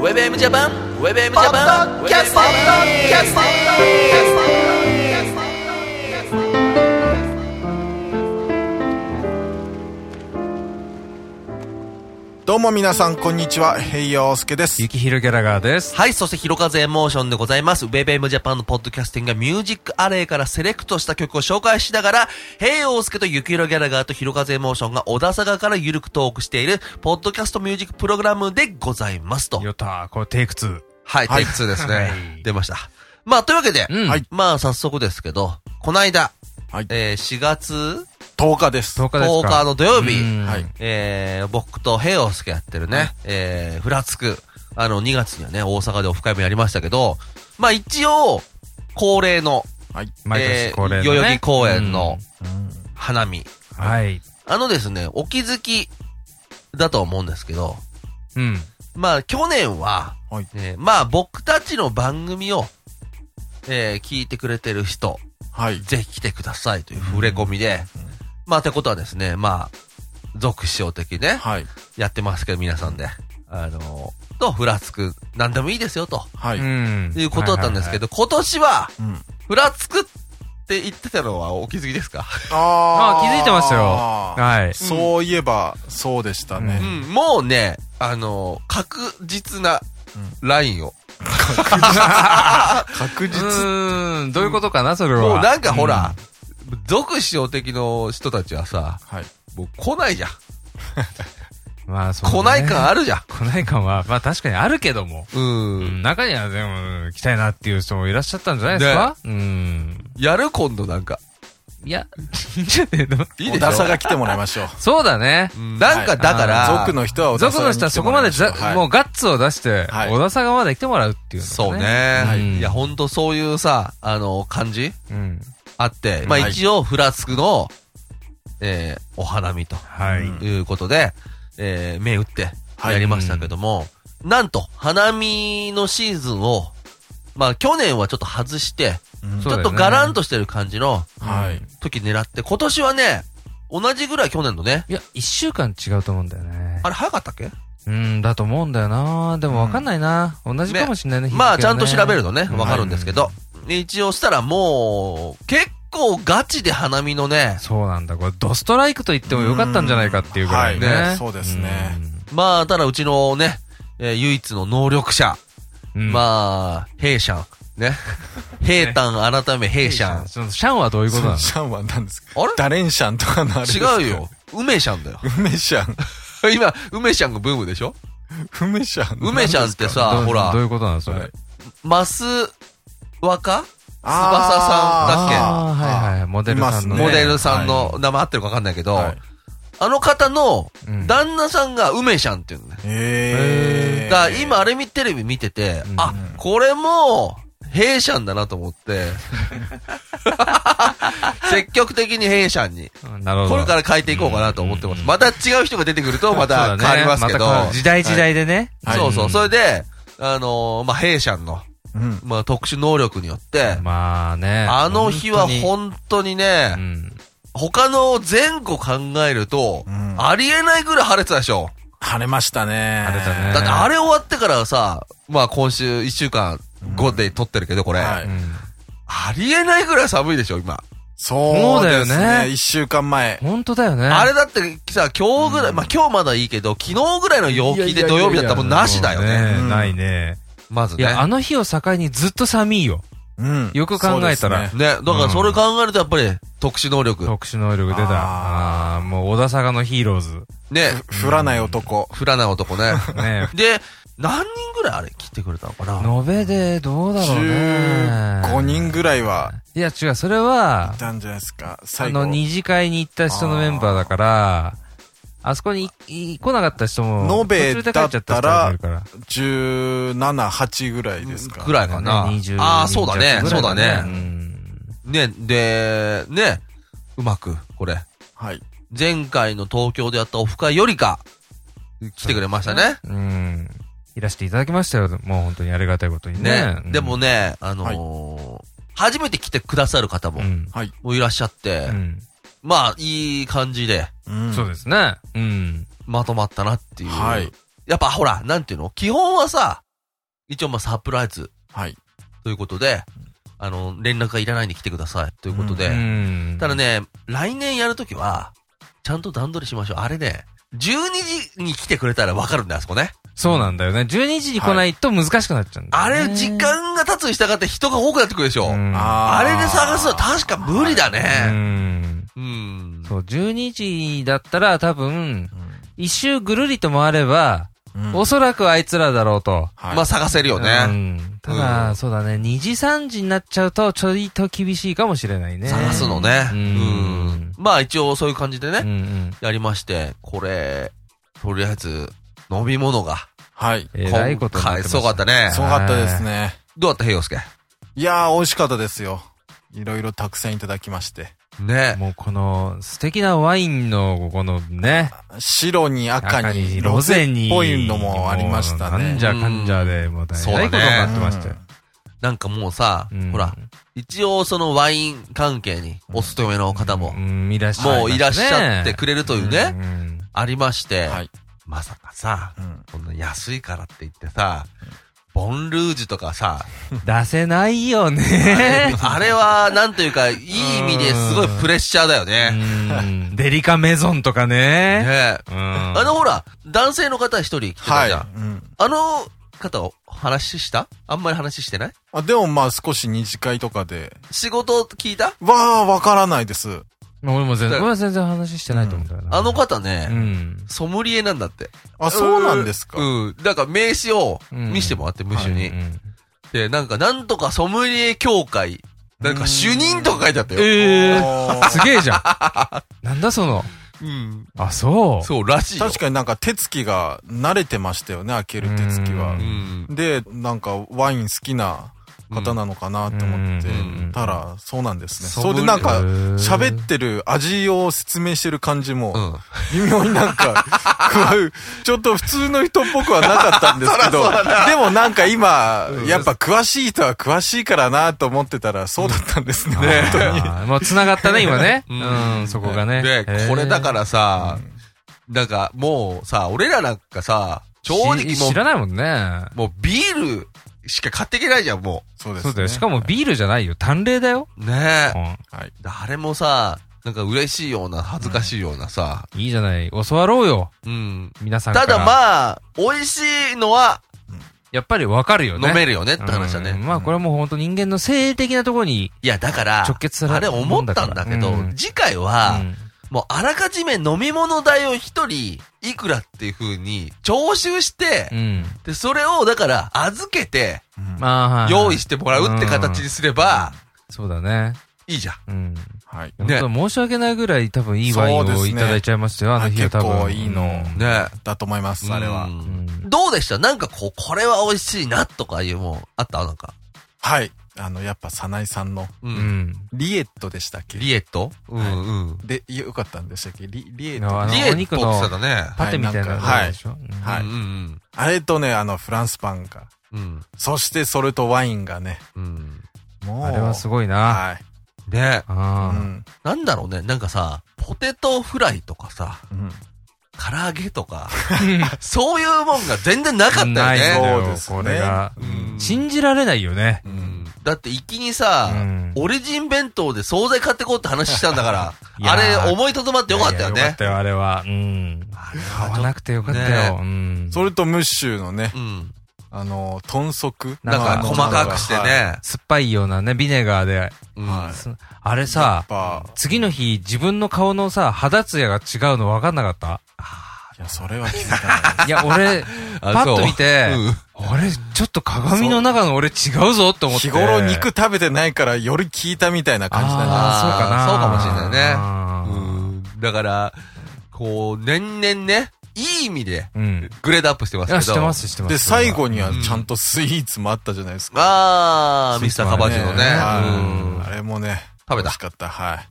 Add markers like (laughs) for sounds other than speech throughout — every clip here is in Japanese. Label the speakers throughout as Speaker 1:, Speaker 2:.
Speaker 1: WebM ジャパン WebM ジャパン
Speaker 2: キャストキャスト
Speaker 3: どうも皆さん、こんにちは。平洋介です。
Speaker 4: ゆきひろギャラガーです。
Speaker 1: はい、そして、ひろかぜエモーションでございます。WebM ジャパンのポッドキャスティングがミュージックアレイからセレクトした曲を紹介しながら、平洋介とゆきひろギャラガーとひろかぜエモーションが小田坂からゆるくトークしている、ポッドキャストミュージックプログラムでございますと。
Speaker 4: よったー、これテイク2。
Speaker 1: はい、テイク2ですね。
Speaker 4: はい
Speaker 1: 出ました。まあ、というわけで、
Speaker 4: うん
Speaker 3: はい
Speaker 1: まあ、早速ですけど、この間、
Speaker 3: はい
Speaker 1: えー、4月
Speaker 3: 10日です。
Speaker 4: 10日です
Speaker 1: 10日
Speaker 4: か。
Speaker 1: の土曜日、
Speaker 4: うん
Speaker 3: はい。
Speaker 1: えー、僕と平洋介やってるね、えー、ふらつく、あの、2月にはね、大阪でオフ会もやりましたけど、まあ一応、恒例の、
Speaker 3: はい。
Speaker 4: 毎年恒例の
Speaker 1: えー
Speaker 4: ね
Speaker 1: 代々木公園の
Speaker 3: うん
Speaker 1: 花見。
Speaker 4: うんはい。
Speaker 1: あのですね、お気づきだと思うんですけど、
Speaker 4: うん。
Speaker 1: まあ去年は、
Speaker 3: はい。
Speaker 1: えーまあ僕たちの番組を、えー、聞いてくれてる人、
Speaker 3: はい。
Speaker 1: ぜひ来てくださいという触れ込みで、まあってことはですね、まあ、俗師匠的ね、
Speaker 3: はい。
Speaker 1: やってますけど、皆さんで。あの、と、ふらつく、なんでもいいですよ、と
Speaker 3: は
Speaker 4: う
Speaker 3: い。
Speaker 4: ん。
Speaker 1: いうことだったんですけ
Speaker 4: ど。
Speaker 1: ど、今年は、
Speaker 3: うん
Speaker 1: ふらつくって言ってたのはお気づきですか
Speaker 3: あ
Speaker 4: あー気づいてましたよ
Speaker 3: あー
Speaker 4: はい
Speaker 3: そういえば、そうでした
Speaker 1: う
Speaker 3: ね。
Speaker 1: ん、もうね、あの、確実なラインを。
Speaker 3: 確
Speaker 4: う
Speaker 3: 実。
Speaker 4: ーん、どういうことかな、それ
Speaker 1: (laughs)
Speaker 4: は。
Speaker 1: もうなんかほら、俗師匠的の人たちはさ、
Speaker 3: はい。
Speaker 1: もう来ないじゃん。
Speaker 4: うん。まあ、そうね
Speaker 1: 来ない感あるじゃん。
Speaker 4: 来ない感は、まあ確かにあるけども。
Speaker 1: うん。
Speaker 4: うん、中にはでも、来たいなっていう人もいらっしゃったんじゃないですかうん。
Speaker 1: やる今度なんか。
Speaker 4: いや、いいんじゃねえの
Speaker 1: いいで
Speaker 3: 小
Speaker 1: し
Speaker 3: 田さ
Speaker 1: ょ
Speaker 3: が来てもらいまし
Speaker 4: (laughs)
Speaker 3: ょう。
Speaker 4: そうだね。
Speaker 1: うんなんかだから、
Speaker 3: 族の人は小田
Speaker 4: 族
Speaker 3: さ
Speaker 4: の
Speaker 3: が来
Speaker 4: 人は
Speaker 3: て
Speaker 4: そ
Speaker 3: も
Speaker 4: こ
Speaker 3: ら
Speaker 4: ま
Speaker 3: い
Speaker 4: で
Speaker 3: しょう
Speaker 4: ざ、もうガッツを出して、
Speaker 3: はい
Speaker 4: 小田坂まで来てもらうっていうのが
Speaker 1: そう。ね。
Speaker 3: はい
Speaker 1: いや、ほんとそういうさ、あの、感じ
Speaker 4: うん。
Speaker 1: あって、まあ
Speaker 3: はい
Speaker 1: 一応フラスクの、えー、お花見と
Speaker 4: はい。
Speaker 3: うん
Speaker 1: いうことで、えー、目打って
Speaker 3: はい
Speaker 1: やりましたけども、なんと、花見のシーズンを、まあ去年はちょっと外して、
Speaker 3: うん
Speaker 1: ち
Speaker 4: そうだ
Speaker 1: ょっ
Speaker 4: よね
Speaker 1: とガランとしてる感じの
Speaker 3: はい。
Speaker 1: 時狙って、今年はね、同じぐらい去年のね、
Speaker 4: いや、一週間違うと思うんだよね
Speaker 1: あ。れ早かったっけ
Speaker 4: うん、だと思うんだよな。でもわかんないな。同じかもしれないね。日付
Speaker 1: まあちゃ
Speaker 4: は
Speaker 1: ん
Speaker 4: ね
Speaker 1: と調べるとね、
Speaker 4: うん
Speaker 1: わかるんですけど、一応したらもう、結構ガチで花見のね、
Speaker 4: そうなんだ。これ、ドストライクと言ってもよかったんじゃないかっていうぐらいね。
Speaker 1: うんはい
Speaker 3: ねそうですね
Speaker 1: まあ、ただうちのね、えー唯一の能力者。
Speaker 4: うん。うん、
Speaker 1: まあ、兵シャン。
Speaker 4: (laughs)
Speaker 1: ね。兵タン改め兵シャン。
Speaker 4: そのシャンはどういうことなの
Speaker 3: シャンは何ですか
Speaker 1: あれ
Speaker 3: ダレンシャンとかのあれですか
Speaker 1: 違うよ。。梅シャンだよ。 (laughs)
Speaker 3: 梅シャン。
Speaker 1: 今、梅シャンがブームでしょ
Speaker 3: 梅シャン。
Speaker 1: 梅シャンってさ、
Speaker 4: どう
Speaker 1: ほ
Speaker 4: どうい
Speaker 1: ら、
Speaker 4: うことなのそれ。
Speaker 3: はい
Speaker 1: マス若
Speaker 3: あー
Speaker 1: 翼さんだっけ
Speaker 4: あーはいはいはい。モデルさんの、
Speaker 3: い
Speaker 4: ね。
Speaker 3: ます
Speaker 1: モ
Speaker 3: ね
Speaker 1: デルさんの名前合ってるか分かんないけど、
Speaker 3: はい
Speaker 1: あの方の
Speaker 4: うん
Speaker 1: 旦那さんが梅シャンっていうのね。
Speaker 3: ええ。
Speaker 1: だから今あれ見テレビ見てて、
Speaker 4: うん
Speaker 1: あ、これも、弊社んだなと思
Speaker 4: (laughs)
Speaker 1: って、積極的に弊社に、
Speaker 4: うんなるほど。
Speaker 1: これから変えていこうかなと思ってます。また違う人が出てくるとま
Speaker 4: そう
Speaker 1: た
Speaker 4: だね
Speaker 1: 変わりますけど、
Speaker 4: た変わる時代時代でね。
Speaker 3: はい
Speaker 1: そうそう、それ
Speaker 4: で。
Speaker 1: で、あのーまあ、弊社の、
Speaker 3: うん。
Speaker 1: まあ、特殊能力によって、
Speaker 4: まあね。
Speaker 1: あの日は本当にね、
Speaker 4: うん。
Speaker 1: 他の前後考えると、
Speaker 3: うん
Speaker 1: ありえないぐらい晴れてたでしょ。
Speaker 3: 晴れましたね。
Speaker 4: 晴れたね
Speaker 1: だってあれ終わってからさ、まあ今週1週間後で撮ってるけど、これ。
Speaker 3: はい
Speaker 4: うん
Speaker 1: ありえないぐらい寒いでしょ、今。
Speaker 3: そうです
Speaker 4: そうだよね
Speaker 3: ね。一週間前。
Speaker 4: 本当だよね。
Speaker 1: あれだってさ、今日ぐらい、まあ今日まだいいけど、昨日ぐらいの陽気で土曜日だったらもうなしだよ
Speaker 4: いやいやい
Speaker 1: ね。
Speaker 4: や
Speaker 3: うん
Speaker 4: ないね。
Speaker 1: まず
Speaker 4: い
Speaker 1: ね。
Speaker 4: や、あ
Speaker 1: ね、
Speaker 4: の日を境にずっと寒いよ。
Speaker 3: うん
Speaker 4: よく考えたら
Speaker 3: そうですね
Speaker 1: だからそれ考えるとやっぱり特殊能力。
Speaker 4: 特殊能力出た。
Speaker 3: あ
Speaker 4: ああー、もう小田坂のヒーローズ。
Speaker 1: ね、
Speaker 3: ふ降らない男。
Speaker 1: フラな男ね。
Speaker 4: ね
Speaker 1: で、何人ぐらいあれ来てくれたのか (laughs) な
Speaker 4: 延べでどうだろうね。
Speaker 3: 15人ぐらいはい
Speaker 4: や、違う、それは
Speaker 3: 来、たんじゃないですか。
Speaker 4: あ
Speaker 3: 最後
Speaker 4: の、。二次会に行った人のメンバーだから、あそこにいい来なかった人も、
Speaker 3: 延べ
Speaker 4: 途中で帰ちゃ人もいるから
Speaker 3: 17、8ぐらいですか。
Speaker 1: ぐらいかな。
Speaker 4: ね20
Speaker 1: ああ、そうだね、
Speaker 4: ぐ
Speaker 1: そ
Speaker 4: ら
Speaker 1: う
Speaker 4: い
Speaker 1: だね。
Speaker 4: うん
Speaker 1: ね、で、ね、うまく、これ。
Speaker 3: はい。
Speaker 1: 前回の東京でやったオフ会よりか、来てくれましたね。
Speaker 4: うん。いらしていただきましたよ。もう本当にありがたいことにね
Speaker 1: ね。。でも
Speaker 4: ね、
Speaker 1: ね、あのー初めて来てくださる方も
Speaker 4: う、ん。
Speaker 3: はい。
Speaker 1: もういらっしゃって、
Speaker 4: うん
Speaker 1: まあ、いい感じで、
Speaker 3: うん
Speaker 4: そうですね。うん。
Speaker 1: まとまったなっていう。
Speaker 3: はい。
Speaker 1: やっぱほら、なんていうの基本はさ、一応まあサプライズ
Speaker 3: はい。
Speaker 1: ということで、あの、連絡がいらないんで来てくださいということで、
Speaker 4: うん。
Speaker 1: ただね、来年やるときは、ちゃんと段取りしましょう。あれね、12時に来てくれたらわかるんだよ、あそこね。
Speaker 4: そうなんだよね。12時に来ないと難しくなっちゃうんだ
Speaker 1: あ
Speaker 4: よね、
Speaker 1: れ、時間が経つに従って人が多くなってくるでしょ。
Speaker 4: うん
Speaker 1: あれで探すのは確か無理だ
Speaker 4: う
Speaker 1: ね。
Speaker 4: ん。
Speaker 1: うん。
Speaker 4: そう、12時だったら多分、
Speaker 3: う
Speaker 4: 一周ぐるりと回れば、
Speaker 3: ん。
Speaker 4: おそらくあいつらだろうと。
Speaker 3: はい
Speaker 1: まあ探せるよ
Speaker 4: う
Speaker 1: ね。
Speaker 4: ん。ただ、
Speaker 1: うん
Speaker 4: そうだね、2時3時になっちゃうと、ちょいと厳しいかもしれないね。
Speaker 1: 探すのね。
Speaker 4: う
Speaker 1: うんん。まあ一応そういう感じで
Speaker 4: うん
Speaker 1: ね、
Speaker 4: うん。
Speaker 1: やりまして、これ、とりあえず、飲み物が。
Speaker 3: はい。
Speaker 4: えらいことになっ
Speaker 1: 今回
Speaker 4: てます
Speaker 1: すごかったね。
Speaker 3: すごかったですね。
Speaker 1: どうだった、平洋介。
Speaker 3: いやー、美味しかったですよ。いろいろたくさんいただきまして。
Speaker 1: ね。
Speaker 4: もうこの素敵なワインのこのね、
Speaker 3: 白に赤に、ロ
Speaker 4: ロゼ
Speaker 3: ゼっ
Speaker 4: に。
Speaker 3: ぽいのもありました
Speaker 4: もうなん
Speaker 3: ね。
Speaker 4: じゃかんじゃで、もう大
Speaker 1: そうだ
Speaker 4: 変
Speaker 1: ね
Speaker 4: なことになってましたよ。
Speaker 1: なんかもうさ
Speaker 4: うん、
Speaker 1: ほら、、一応そのワイン関係にお勤めの方も
Speaker 4: う、ん、いらっしゃいましたね
Speaker 1: もういらっしゃってくれるというね、
Speaker 4: ん
Speaker 1: ありまして、
Speaker 3: はい。
Speaker 1: まさかさ、
Speaker 3: うん
Speaker 1: こんな安いからって言ってさ、ボンルージュとかさ、
Speaker 4: うん出せないよ
Speaker 1: あれ
Speaker 4: ね。
Speaker 1: あれは、なんというか、いい意味ですごいプレッシャーだよね。
Speaker 4: うんデリカメゾンとかね。
Speaker 1: ね
Speaker 4: うん
Speaker 1: あのほら、男性の方一人来て
Speaker 3: は
Speaker 1: た
Speaker 3: い
Speaker 1: じゃん。。
Speaker 3: うん
Speaker 1: あの方を話したあんまり話してない
Speaker 3: あでもまあ少し二次会とかで。
Speaker 1: 仕事聞いた
Speaker 3: わー、わからないです。
Speaker 4: まあ俺も全
Speaker 1: だ
Speaker 4: 然、俺は全然話してないと思うんだよな。
Speaker 1: あの方
Speaker 4: う
Speaker 1: ね、
Speaker 4: ん。
Speaker 1: ソムリエなんだって。
Speaker 3: あ、そうなんですか。
Speaker 1: うん。だから名刺を見せてもらって、無
Speaker 4: う
Speaker 1: 種
Speaker 4: ん
Speaker 1: に。で、なんか、なんとかソムリエ協会、なんか主任とか書いてあったよ。
Speaker 4: ええ
Speaker 3: あ
Speaker 4: す
Speaker 3: ー
Speaker 4: げえじゃん。なんだその。
Speaker 1: うん。
Speaker 4: あ、そう。
Speaker 1: そう、らしいよ。
Speaker 3: (laughs) 確かになんか手つきが慣れてましたよね、開ける手つきは
Speaker 4: う
Speaker 1: う。ん。
Speaker 3: で、なんかワイン好きな方なのかなと思って
Speaker 1: うん
Speaker 3: たら、そうなんですね。
Speaker 1: そ
Speaker 3: そうれでなんか
Speaker 4: へー、
Speaker 3: 喋ってる味を説明してる感じ
Speaker 1: う
Speaker 3: も、
Speaker 1: ん。
Speaker 3: 微妙になんか、加わるちょっと普通の人っぽくはなかったんですけ
Speaker 4: (laughs)
Speaker 3: ど、でもなんか今、やっぱ詳しい人は詳しいからなと思ってたら、そうだったんですね、本当に。
Speaker 4: あーもう繋がったね、今ね。
Speaker 1: (laughs) うん
Speaker 4: うん、そこがね。、
Speaker 1: で、これだかららさ、なんかもうさ、俺らなんかさ、正直
Speaker 4: し
Speaker 1: も
Speaker 4: 知らないもんね。
Speaker 1: う、もうビールしか買っていけないじゃん、も
Speaker 3: そうで
Speaker 4: そう
Speaker 3: す
Speaker 4: だよ。
Speaker 3: ね。
Speaker 4: しかもビールじゃないよ。淡麗だよ。
Speaker 1: う。ねえ。
Speaker 3: はい。
Speaker 1: 誰もさ、なんか嬉しいような、恥ずかしいようなさ、
Speaker 4: いいじゃない。教わろうよ。
Speaker 1: うん。
Speaker 4: 皆さんか
Speaker 1: た
Speaker 4: ら。
Speaker 1: だ
Speaker 4: あ、
Speaker 1: まあ、美味しいのは
Speaker 4: やっぱりわかるよね。
Speaker 1: 飲め
Speaker 4: る
Speaker 1: るよねって話だね。
Speaker 4: まあこれはもう本当人間の性的なところに。
Speaker 1: いや、だから
Speaker 4: 直結す、る
Speaker 1: あれ思ったんだけど
Speaker 4: もんだからう、ん
Speaker 1: 次回
Speaker 4: う
Speaker 1: は、
Speaker 4: ん
Speaker 1: もうあらかじめ飲み物代を一人、いくらっていう風に、徴収して
Speaker 4: う、ん。
Speaker 1: で、それを、だから、預けて、
Speaker 3: うん
Speaker 4: まあはい。
Speaker 1: 用意してもらうって形にすれば、
Speaker 4: そうだね。
Speaker 1: いいじゃん。
Speaker 4: うん。
Speaker 3: はい。
Speaker 1: ね
Speaker 4: 本当申し訳ないぐらい多分いいワイン
Speaker 3: そうです
Speaker 4: を
Speaker 3: ね
Speaker 4: いただいちゃいましたよ、あの日は多分。
Speaker 3: 結構いいの
Speaker 4: うん
Speaker 1: ね
Speaker 3: だと思います、あれは。
Speaker 4: う
Speaker 1: うん
Speaker 4: ん
Speaker 1: どうでしたなんかこう、これは美味しいなとかいうもん、あったなんか。
Speaker 3: はい。あの、やっぱ、サナイさんの、
Speaker 1: う。
Speaker 4: うんん。
Speaker 3: リエットでしたっけ
Speaker 1: リエットうん
Speaker 3: はい
Speaker 1: うん。
Speaker 3: で、よかったんでしたっけリリエッ
Speaker 4: いやあ
Speaker 3: ト
Speaker 4: の。
Speaker 1: リエ
Speaker 4: お
Speaker 1: ット
Speaker 4: 肉
Speaker 1: って
Speaker 4: の
Speaker 1: 言ってたね。
Speaker 4: パテみたいなのあるでしょ。
Speaker 3: は
Speaker 1: う
Speaker 3: い
Speaker 1: んうん
Speaker 3: あれとね、あの、フランスパンが。
Speaker 1: うん。うん
Speaker 3: そして、それとワインがね。
Speaker 1: うん。
Speaker 3: も
Speaker 4: う
Speaker 3: う。
Speaker 4: んあれはすごいな。
Speaker 3: はい。
Speaker 1: ね
Speaker 3: う
Speaker 4: ああ。
Speaker 3: ん。
Speaker 1: なんだろうね。なんかさ、ポテトフライとかさ、
Speaker 3: うん
Speaker 1: 唐揚げと
Speaker 4: (laughs)
Speaker 1: か、そういうもんが全然なかった
Speaker 4: ない
Speaker 1: よ
Speaker 4: の
Speaker 1: ね。
Speaker 4: よ
Speaker 3: そうですね
Speaker 4: これが。
Speaker 1: うん
Speaker 4: 信じられないよね。
Speaker 1: うんだって、一気にさ
Speaker 4: うん、
Speaker 1: オリジン弁当で惣菜買ってこうって話したんだか
Speaker 4: (laughs) い
Speaker 1: ら、
Speaker 4: やー
Speaker 1: あれ思いとどまってよかったよ
Speaker 4: いやよか
Speaker 1: ね
Speaker 4: っ。たよ、あれは。うん。買わなくてよかったよ。うん。
Speaker 3: それと、ムッシュのね
Speaker 1: う、ん。
Speaker 3: あの、豚足。
Speaker 1: なん
Speaker 4: まあ
Speaker 1: か細かくして
Speaker 3: はいやっ
Speaker 1: ね。
Speaker 4: 酸っぱいようなね、ビネガーで。
Speaker 1: うん
Speaker 3: はい
Speaker 4: すあれさ、
Speaker 3: ぱ、
Speaker 4: 次の日、自分の顔のさ、肌ツヤが違うの分かんなかった
Speaker 3: いや、それは気づか (laughs) ない。
Speaker 4: いや、俺、
Speaker 1: あ
Speaker 4: パッ
Speaker 1: そう
Speaker 4: と見て、あれ、ちょっと鏡の中の俺違うぞって思って。
Speaker 3: 日頃肉食べてないから、より効いたみたいな感じだな。
Speaker 4: あーそうかな。
Speaker 1: そうかもしれないね。うん。だから、こう、年々ね、いい意味で、
Speaker 4: うん。うん。
Speaker 1: グレードアップしてま
Speaker 4: い
Speaker 1: す
Speaker 4: や、
Speaker 1: け
Speaker 4: 知
Speaker 1: ど。
Speaker 4: ってま。す、知ってます。
Speaker 3: で、最後
Speaker 4: に。
Speaker 3: にはちゃんとスイーツもあったじゃないですか。
Speaker 1: あー、ミスターカバ
Speaker 4: マ
Speaker 1: ー
Speaker 4: ジ
Speaker 1: ジュのね。
Speaker 3: は
Speaker 1: うん
Speaker 3: いあれもね、
Speaker 1: 食べ
Speaker 3: 美
Speaker 1: た
Speaker 3: 味し。かった。はい。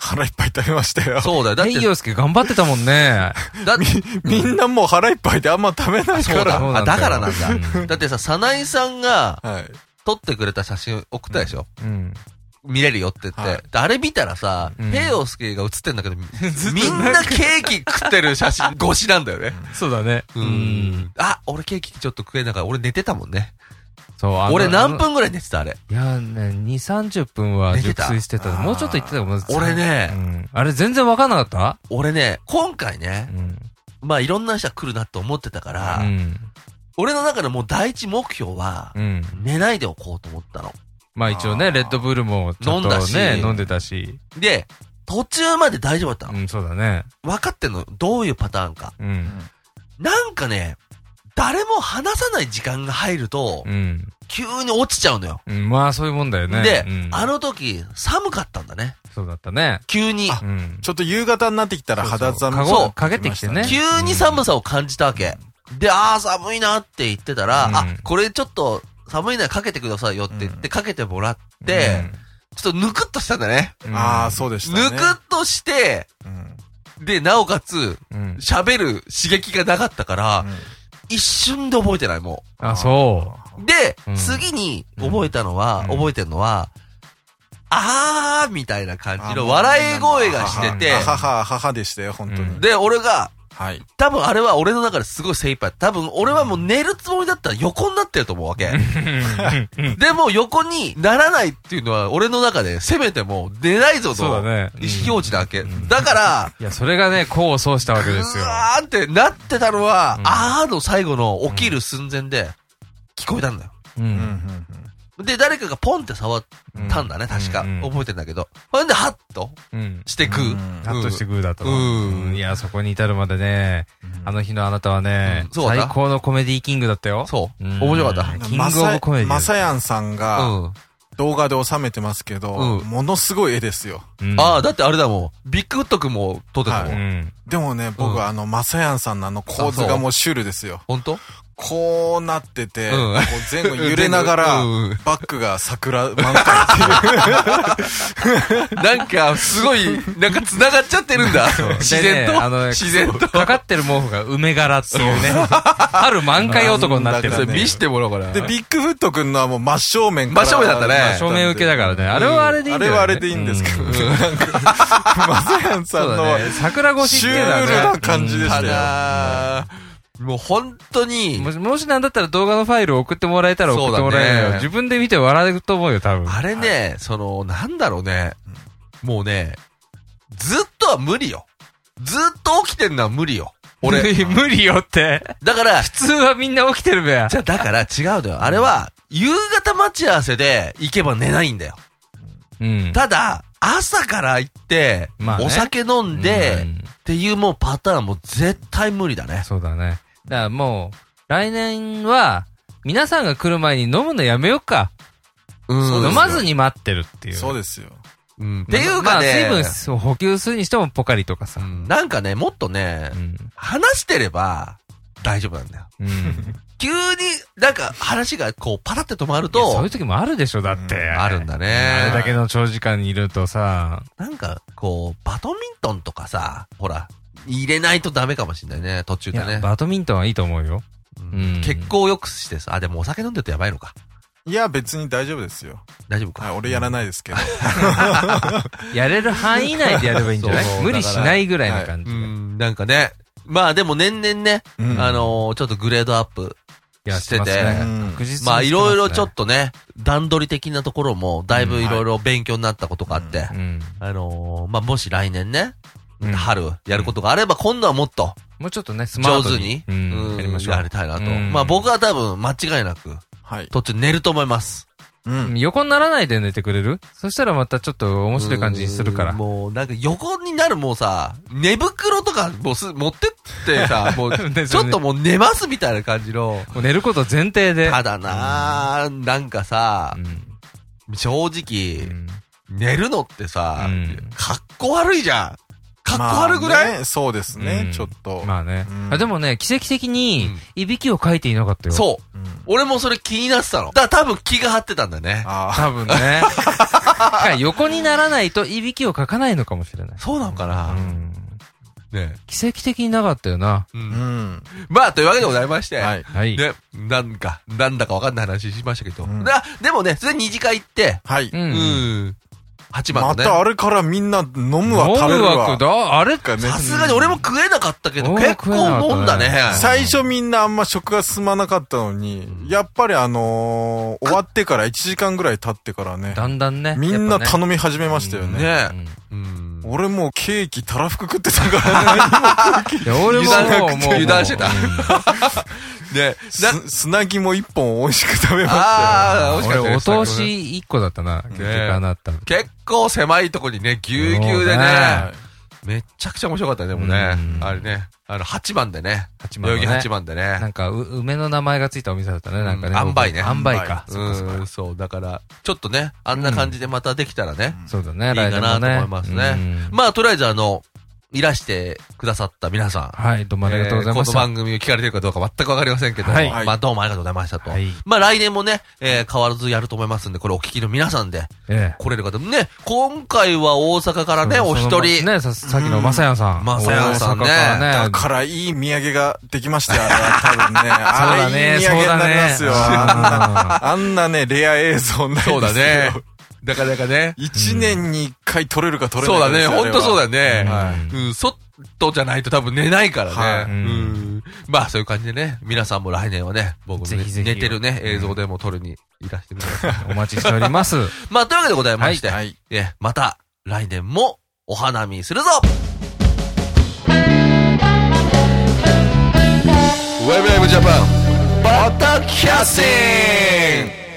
Speaker 3: 腹いっぱい食べましたよ。
Speaker 1: そうだよ。だっ
Speaker 4: ヘ
Speaker 1: て、
Speaker 4: イヨウスケ頑張ってたもんね。
Speaker 1: だって、
Speaker 3: (laughs) みんなもう腹いっぱいであんま食べない
Speaker 1: そう
Speaker 3: か
Speaker 1: だ。
Speaker 3: ら。
Speaker 4: (laughs) そう
Speaker 1: あ
Speaker 4: なんだよ
Speaker 1: だからなん
Speaker 4: う
Speaker 1: だ。
Speaker 4: ん
Speaker 1: だってさ、サナイさんが
Speaker 3: はい。
Speaker 1: 撮ってくれた写真送ったでしょ
Speaker 4: うん。
Speaker 1: 見れるよって言って。
Speaker 3: はい
Speaker 1: であれ見たらさ、
Speaker 4: うん
Speaker 1: 平洋介が映ってんだけど、みみんなケーキ食ってる写真越しなんだよね。
Speaker 4: そうだね。
Speaker 1: う
Speaker 4: うんん。
Speaker 1: あ、俺ケーキちょっと食えながら、俺寝てたもんね。
Speaker 4: そう、あの
Speaker 1: 俺何分ぐらい寝てたあれ。
Speaker 4: いや、ね、2、30分は
Speaker 1: 寝て
Speaker 4: 熟
Speaker 1: た
Speaker 4: 睡してた。もうちょっと言ってたかも。
Speaker 1: 俺ね
Speaker 4: うん。あれ全然わかんなかっ
Speaker 1: 俺ね、今回
Speaker 4: た
Speaker 1: ね
Speaker 4: う、ん。
Speaker 1: まあいろんな人が来るなって思ってたから、
Speaker 4: うん。
Speaker 1: 俺の中でもう第一目標は、
Speaker 4: うん。
Speaker 1: 寝ないでおこうと思ったの。
Speaker 4: まあ一応ね、レッドブルもちょっと
Speaker 1: 飲んだし
Speaker 4: ね、飲んでたし。
Speaker 1: で、途中まで大丈夫だったの。
Speaker 4: うん、そうだね。
Speaker 1: 分かってんのどういうパターンか。
Speaker 4: うん。
Speaker 1: なんかね、誰も話さない時間が入ると、
Speaker 4: うん。
Speaker 1: 急に落ちちゃうのよ。
Speaker 4: うんまあそういうもんだよね。
Speaker 1: で、
Speaker 4: うん
Speaker 1: あの時、寒かったんだね。
Speaker 4: そうだったね。
Speaker 1: 急に。
Speaker 4: うん。
Speaker 3: ちょっと夕方になってきたら肌寒
Speaker 1: そう
Speaker 3: そ
Speaker 1: そう
Speaker 3: う。
Speaker 4: かげってきてね
Speaker 1: 急に寒さを感じたわけ。で、あー寒いなって言ってたら、
Speaker 4: うん
Speaker 1: あ、これちょっと寒いならかけてくださいよって言ってかけてもらって、ちょっとぬくっとしたんだね。
Speaker 4: うん、
Speaker 3: ああ、そうでしたね。
Speaker 1: ぬくっとして、
Speaker 3: うん
Speaker 1: で、なおかつ、
Speaker 4: うん。
Speaker 1: 喋る刺激がなかったから、
Speaker 3: うん
Speaker 1: 一瞬で覚えてない、も。
Speaker 4: あ、そう
Speaker 1: で、
Speaker 4: うん
Speaker 1: 次に覚えたのは、
Speaker 4: うん
Speaker 1: 覚えてるのは、あーみたいな感じ
Speaker 3: あ
Speaker 1: の笑い声がしてて
Speaker 3: あ、母、母でしたよ、本当
Speaker 4: うん
Speaker 3: に。
Speaker 1: で、俺が、
Speaker 3: はい。
Speaker 1: 多分あれは俺の中ですごい精一杯。多分俺はもう寝るつもりだったら横になってると思うわけ。 (laughs) でも横にならないっていうのは俺の中でせめてもう寝ないぞと。
Speaker 4: そうだねうん
Speaker 1: 意思表示なわけ。だから、
Speaker 4: いや、それがね、功を奏したわけですよ
Speaker 1: う。わーってなってたのは、
Speaker 4: うん
Speaker 1: あーの最後の起きる寸前で聞こえたんだよ。
Speaker 4: う。
Speaker 3: うんうんん
Speaker 1: で、誰かがポンって触ったんだね、
Speaker 4: うん
Speaker 1: 確か。
Speaker 4: うん
Speaker 1: 覚えてんだけど。ほんで、ハッと
Speaker 4: うん。
Speaker 1: してく。
Speaker 3: うん
Speaker 4: ハッとして
Speaker 1: く。
Speaker 4: グーだと。
Speaker 1: うん
Speaker 4: うんいや、そこに至るまでね、あの日のあなたはね
Speaker 1: うん、そうだ
Speaker 4: 最高のコメディーキングだったよ。
Speaker 1: そう。
Speaker 4: うん
Speaker 1: 面白かった。
Speaker 4: キングオブコメディ
Speaker 3: まさやんさんが
Speaker 1: うん。
Speaker 3: 動画で収めてますけど、
Speaker 1: うん
Speaker 3: ものすごい絵ですよ。
Speaker 4: うん。
Speaker 1: ああ、だってあれだもん。ビッグウッド君も撮ってたも。
Speaker 4: うんん。
Speaker 3: でもね、僕
Speaker 1: うん
Speaker 3: はあの、まさやんさんのあの構図がもうシュールですよ。
Speaker 1: ほんと
Speaker 3: こうなってて、
Speaker 1: うん
Speaker 3: こう前後揺れなが
Speaker 4: (laughs)
Speaker 3: ら
Speaker 1: うん、
Speaker 3: バックが桜満開っていう。
Speaker 1: なんか、すごい、なんか繋がっちゃってるん
Speaker 4: (laughs)
Speaker 1: だ。 (laughs) 自然
Speaker 4: でねあ
Speaker 1: と。
Speaker 4: の
Speaker 1: (laughs) 自然と。
Speaker 4: かかってる毛布が梅柄っていうね。 (laughs) 春満開男になって
Speaker 3: そ
Speaker 4: る
Speaker 3: う。
Speaker 1: 見してもらおうかな。
Speaker 4: (laughs)
Speaker 3: で、ビッグフット君のはもう真正面から。
Speaker 1: 真正面だったね
Speaker 3: まあ
Speaker 4: 正面受けだからね。あれはあれでいい
Speaker 3: あ
Speaker 4: ん
Speaker 3: れ
Speaker 4: だよね
Speaker 3: はあれでいいんですけど、
Speaker 4: う
Speaker 3: なんか、まさやんさ
Speaker 4: そ
Speaker 3: ん
Speaker 4: う
Speaker 3: の
Speaker 4: だね。桜越し
Speaker 3: シ
Speaker 4: って
Speaker 3: ュ
Speaker 4: いうのは
Speaker 3: ー
Speaker 4: ね
Speaker 3: ルな感じで
Speaker 4: うん
Speaker 3: したたよ。
Speaker 1: だ、もう本当に
Speaker 4: も、し、もしなんだったら動画のファイル送ってもらえたら送ってもらえる
Speaker 1: そう
Speaker 4: よ。
Speaker 1: だね
Speaker 4: 自分で見て笑うと思うよ、多分。
Speaker 1: あれね、その、なんだろうね。もうね、ずっとは無理よ。ずっと起きてんのは無理よ。
Speaker 4: (laughs)
Speaker 1: 俺。
Speaker 4: 俺、無理よ
Speaker 1: (laughs)
Speaker 4: って。
Speaker 1: だから、
Speaker 4: 普通はみんな起きてるべ。
Speaker 1: じゃあだから違うのよ。あれは、夕方待ち合わせで行けば寝ないんだよ。
Speaker 4: うん。
Speaker 1: ただ、朝から行って、
Speaker 4: まあね
Speaker 1: お酒飲んで、
Speaker 4: うん
Speaker 1: っていうもうパターンも絶対無理だね。
Speaker 4: (laughs) そうだね。だからもう、来年は、皆さんが来る前に飲むのやめようか。
Speaker 1: うん
Speaker 4: 飲まずに待ってるっていう。
Speaker 3: そう
Speaker 4: で
Speaker 3: ですよ。
Speaker 1: うんっていうかね、
Speaker 4: まあ、水分を補給するにしてもポカリとかさ。うん。
Speaker 1: なんかね、もっとね、話してれば大丈夫なんだよ。
Speaker 4: うん。
Speaker 1: 急になんか話がこうパタって止まる
Speaker 4: いやそうい
Speaker 1: と
Speaker 4: う、時もあるでしょ、だって。
Speaker 3: うん
Speaker 1: あるんだ
Speaker 4: あれだ
Speaker 1: ね。
Speaker 4: けの長時間にいるとさ、
Speaker 1: なんかこう、バドミントンとかさ、ほら、入れないとダメかもしんないね、途中
Speaker 4: い
Speaker 1: で
Speaker 4: や
Speaker 1: ね。
Speaker 4: バドミントンはいいと思うよ。
Speaker 1: うん
Speaker 4: うん
Speaker 1: 血行良くしてさ、あ、でもお酒飲んでるとやばいのか。
Speaker 3: いや、別に大丈夫ですよ。
Speaker 1: 大丈夫
Speaker 3: はい、
Speaker 1: か。
Speaker 3: 俺やらないです
Speaker 4: (laughs)
Speaker 3: けど。
Speaker 4: やれる範囲内でやればいいんじゃな
Speaker 1: そう
Speaker 4: い無理しないぐらいな感
Speaker 1: う
Speaker 4: じで。い
Speaker 1: ん、なんかね。まあでも年々ね、
Speaker 3: うん
Speaker 1: あのーちょっとグレードアップ
Speaker 4: や
Speaker 1: してて
Speaker 4: ますね
Speaker 3: うん
Speaker 4: 確実にしてすね
Speaker 1: まあいろいろちょっとね、段取り的なところも、だいぶいろいろ勉強になったことがあって、
Speaker 4: うん。
Speaker 1: あのーまあもし来年ね、
Speaker 4: うん
Speaker 1: 春やることがあれば、今度はもっと
Speaker 4: もうちょっとね、スマ
Speaker 1: 上
Speaker 4: ート
Speaker 1: 手
Speaker 4: に
Speaker 1: に。、
Speaker 4: うん。やりましょ
Speaker 1: やり
Speaker 4: う。
Speaker 1: たいなと。
Speaker 4: うん
Speaker 1: まあ僕は多分間違いなく、
Speaker 3: はい。
Speaker 1: 途中寝ると思います。
Speaker 3: うん。
Speaker 4: 横にならないで寝てくれるそしたらまたちょっと面白い感じにするか
Speaker 1: う
Speaker 4: ら
Speaker 1: ん。もうなんか横になるもうさ、寝袋とかもうす持ってって
Speaker 4: (laughs)
Speaker 1: さ、もう
Speaker 4: ね
Speaker 1: ちょっともう寝ますみたいな感じの。
Speaker 4: もう寝ること前提で。
Speaker 1: ただなぁ、なんかさ
Speaker 4: う、ん。
Speaker 1: 正
Speaker 4: う
Speaker 1: 直、
Speaker 4: ん
Speaker 1: 寝るのってさ、
Speaker 4: うん
Speaker 1: かっこ悪いじゃん。かっこ悪くない、
Speaker 3: まあねそうです
Speaker 4: う
Speaker 3: ね
Speaker 4: ん、
Speaker 3: ちょっと。
Speaker 4: まあね
Speaker 3: う。ん
Speaker 4: あでもね、奇跡的に、いびきをかいていなかったよ。う。
Speaker 1: そう。
Speaker 3: うん
Speaker 1: 俺もそれ気になってたの。だから多分気が張ってたんだね。
Speaker 3: あ
Speaker 4: 多分ね。横にならないといびきをかかないのかもしれない。
Speaker 1: そうなのかな、
Speaker 4: うん。
Speaker 1: ね
Speaker 4: 奇跡的になかったよな。
Speaker 1: う。
Speaker 3: あ。うんん。
Speaker 1: まあ、というわけでございまして。
Speaker 3: はい。
Speaker 4: はい。。。
Speaker 1: ね、なんか、なんだかわかんない話しましたけど。
Speaker 3: うん
Speaker 1: だでもね、それ二次会行って、
Speaker 3: はい
Speaker 1: う
Speaker 3: う
Speaker 1: んん。 8番
Speaker 3: ま
Speaker 1: のね。
Speaker 3: たあれからみんな飲むわ、食べ
Speaker 4: 飲
Speaker 3: る
Speaker 4: むわ
Speaker 3: わ
Speaker 4: く。だあれ
Speaker 3: かね
Speaker 1: さすがに俺も食えなかったけど、
Speaker 4: 俺も
Speaker 1: 結
Speaker 4: 食えなかったね
Speaker 1: 構飲んだね。
Speaker 3: 最初みんなあんま食が進まなかったのに、やっぱりあのー終わってから1時間ぐらい経ってからね、
Speaker 4: だんだんね。
Speaker 3: みん
Speaker 4: や
Speaker 3: な
Speaker 4: っぱね
Speaker 3: 頼み始めましたよね。
Speaker 1: ね
Speaker 4: うん
Speaker 1: うん。
Speaker 3: 俺もうケーキたらふく食ってたからね
Speaker 4: いや俺も
Speaker 1: 油断
Speaker 4: もう、もう、
Speaker 1: 油断してた
Speaker 4: うん
Speaker 1: ねな
Speaker 3: す (laughs) 砂肝一本美味しく食べましたよ。
Speaker 1: ああ、惜しかった
Speaker 4: 俺、お
Speaker 1: です
Speaker 4: 通し1個だったな。結局あなった。
Speaker 1: 結構狭いとこにね、ぎゅうぎゅうで
Speaker 4: そう
Speaker 1: ね
Speaker 4: ね。
Speaker 1: めちゃくちゃ面白かったね、でもね
Speaker 4: う。ん
Speaker 1: あれね。あの、8番でね。
Speaker 4: 八
Speaker 1: 代
Speaker 4: 番の
Speaker 1: 々
Speaker 4: ね
Speaker 1: 木8番でね
Speaker 4: な。んか、う梅の名前がついたお店だったね。なんかね。
Speaker 1: うん塩梅ね
Speaker 4: 塩梅か。
Speaker 1: う
Speaker 4: そっかそっか
Speaker 1: ん、そう。だから、ちょっとね、あんな感じでまたできたらね。
Speaker 4: そうだ
Speaker 1: い
Speaker 4: ね、
Speaker 1: いか
Speaker 4: 来年も
Speaker 1: なと
Speaker 4: ね。
Speaker 1: 思いますね
Speaker 4: うん
Speaker 1: まあ、とりあえずあの、いらしてくださった皆さん。
Speaker 4: はい、どうもありがとうございまし
Speaker 1: えー
Speaker 4: た。
Speaker 1: この番組を聞かれてるかどうか全くわかりませんけど、
Speaker 4: はい
Speaker 1: まあどうもありがとうございましたと。
Speaker 4: はい
Speaker 1: まあ来年もね、えー変わらずやると思いますんで、これお聞きの皆さんで
Speaker 4: ええ
Speaker 1: 来れる方、ね、今回は大阪からね、お一
Speaker 4: その
Speaker 1: 人。
Speaker 4: ね、ささっきのまさやんさ
Speaker 1: うん
Speaker 4: ん。
Speaker 1: まさやんさんね
Speaker 4: 大阪から
Speaker 3: だからいい土産ができましたよ、あれ
Speaker 1: (laughs)
Speaker 3: は多分ね。あれいい土産になりますよ。
Speaker 4: そうだねそうだね
Speaker 3: あんなあんなね、レア映像ないです
Speaker 1: そ
Speaker 3: よ
Speaker 1: うだ
Speaker 4: (laughs)
Speaker 1: ね。。なかなかね。
Speaker 3: 一年に一回撮れるか撮れな
Speaker 1: そ
Speaker 3: いうか
Speaker 1: だ
Speaker 3: です
Speaker 1: ね、
Speaker 3: よ
Speaker 1: ほんとそう
Speaker 3: あれは
Speaker 1: だね。
Speaker 4: は
Speaker 1: うん、うんそっとじゃないと多分寝ないからね。
Speaker 3: はい
Speaker 1: うん
Speaker 4: うん
Speaker 1: まあそういう感じでね、皆さんも来年はね、僕もね
Speaker 4: ぜひぜひ
Speaker 1: 寝てるね、映像でも撮るにいらしてみてくだ
Speaker 3: (laughs)
Speaker 1: さい。
Speaker 4: お待ちしております。
Speaker 1: まあというわけでございまして、
Speaker 3: はい。
Speaker 1: えまた来年もお花見するぞウェブウェブジャパンバタキャスティング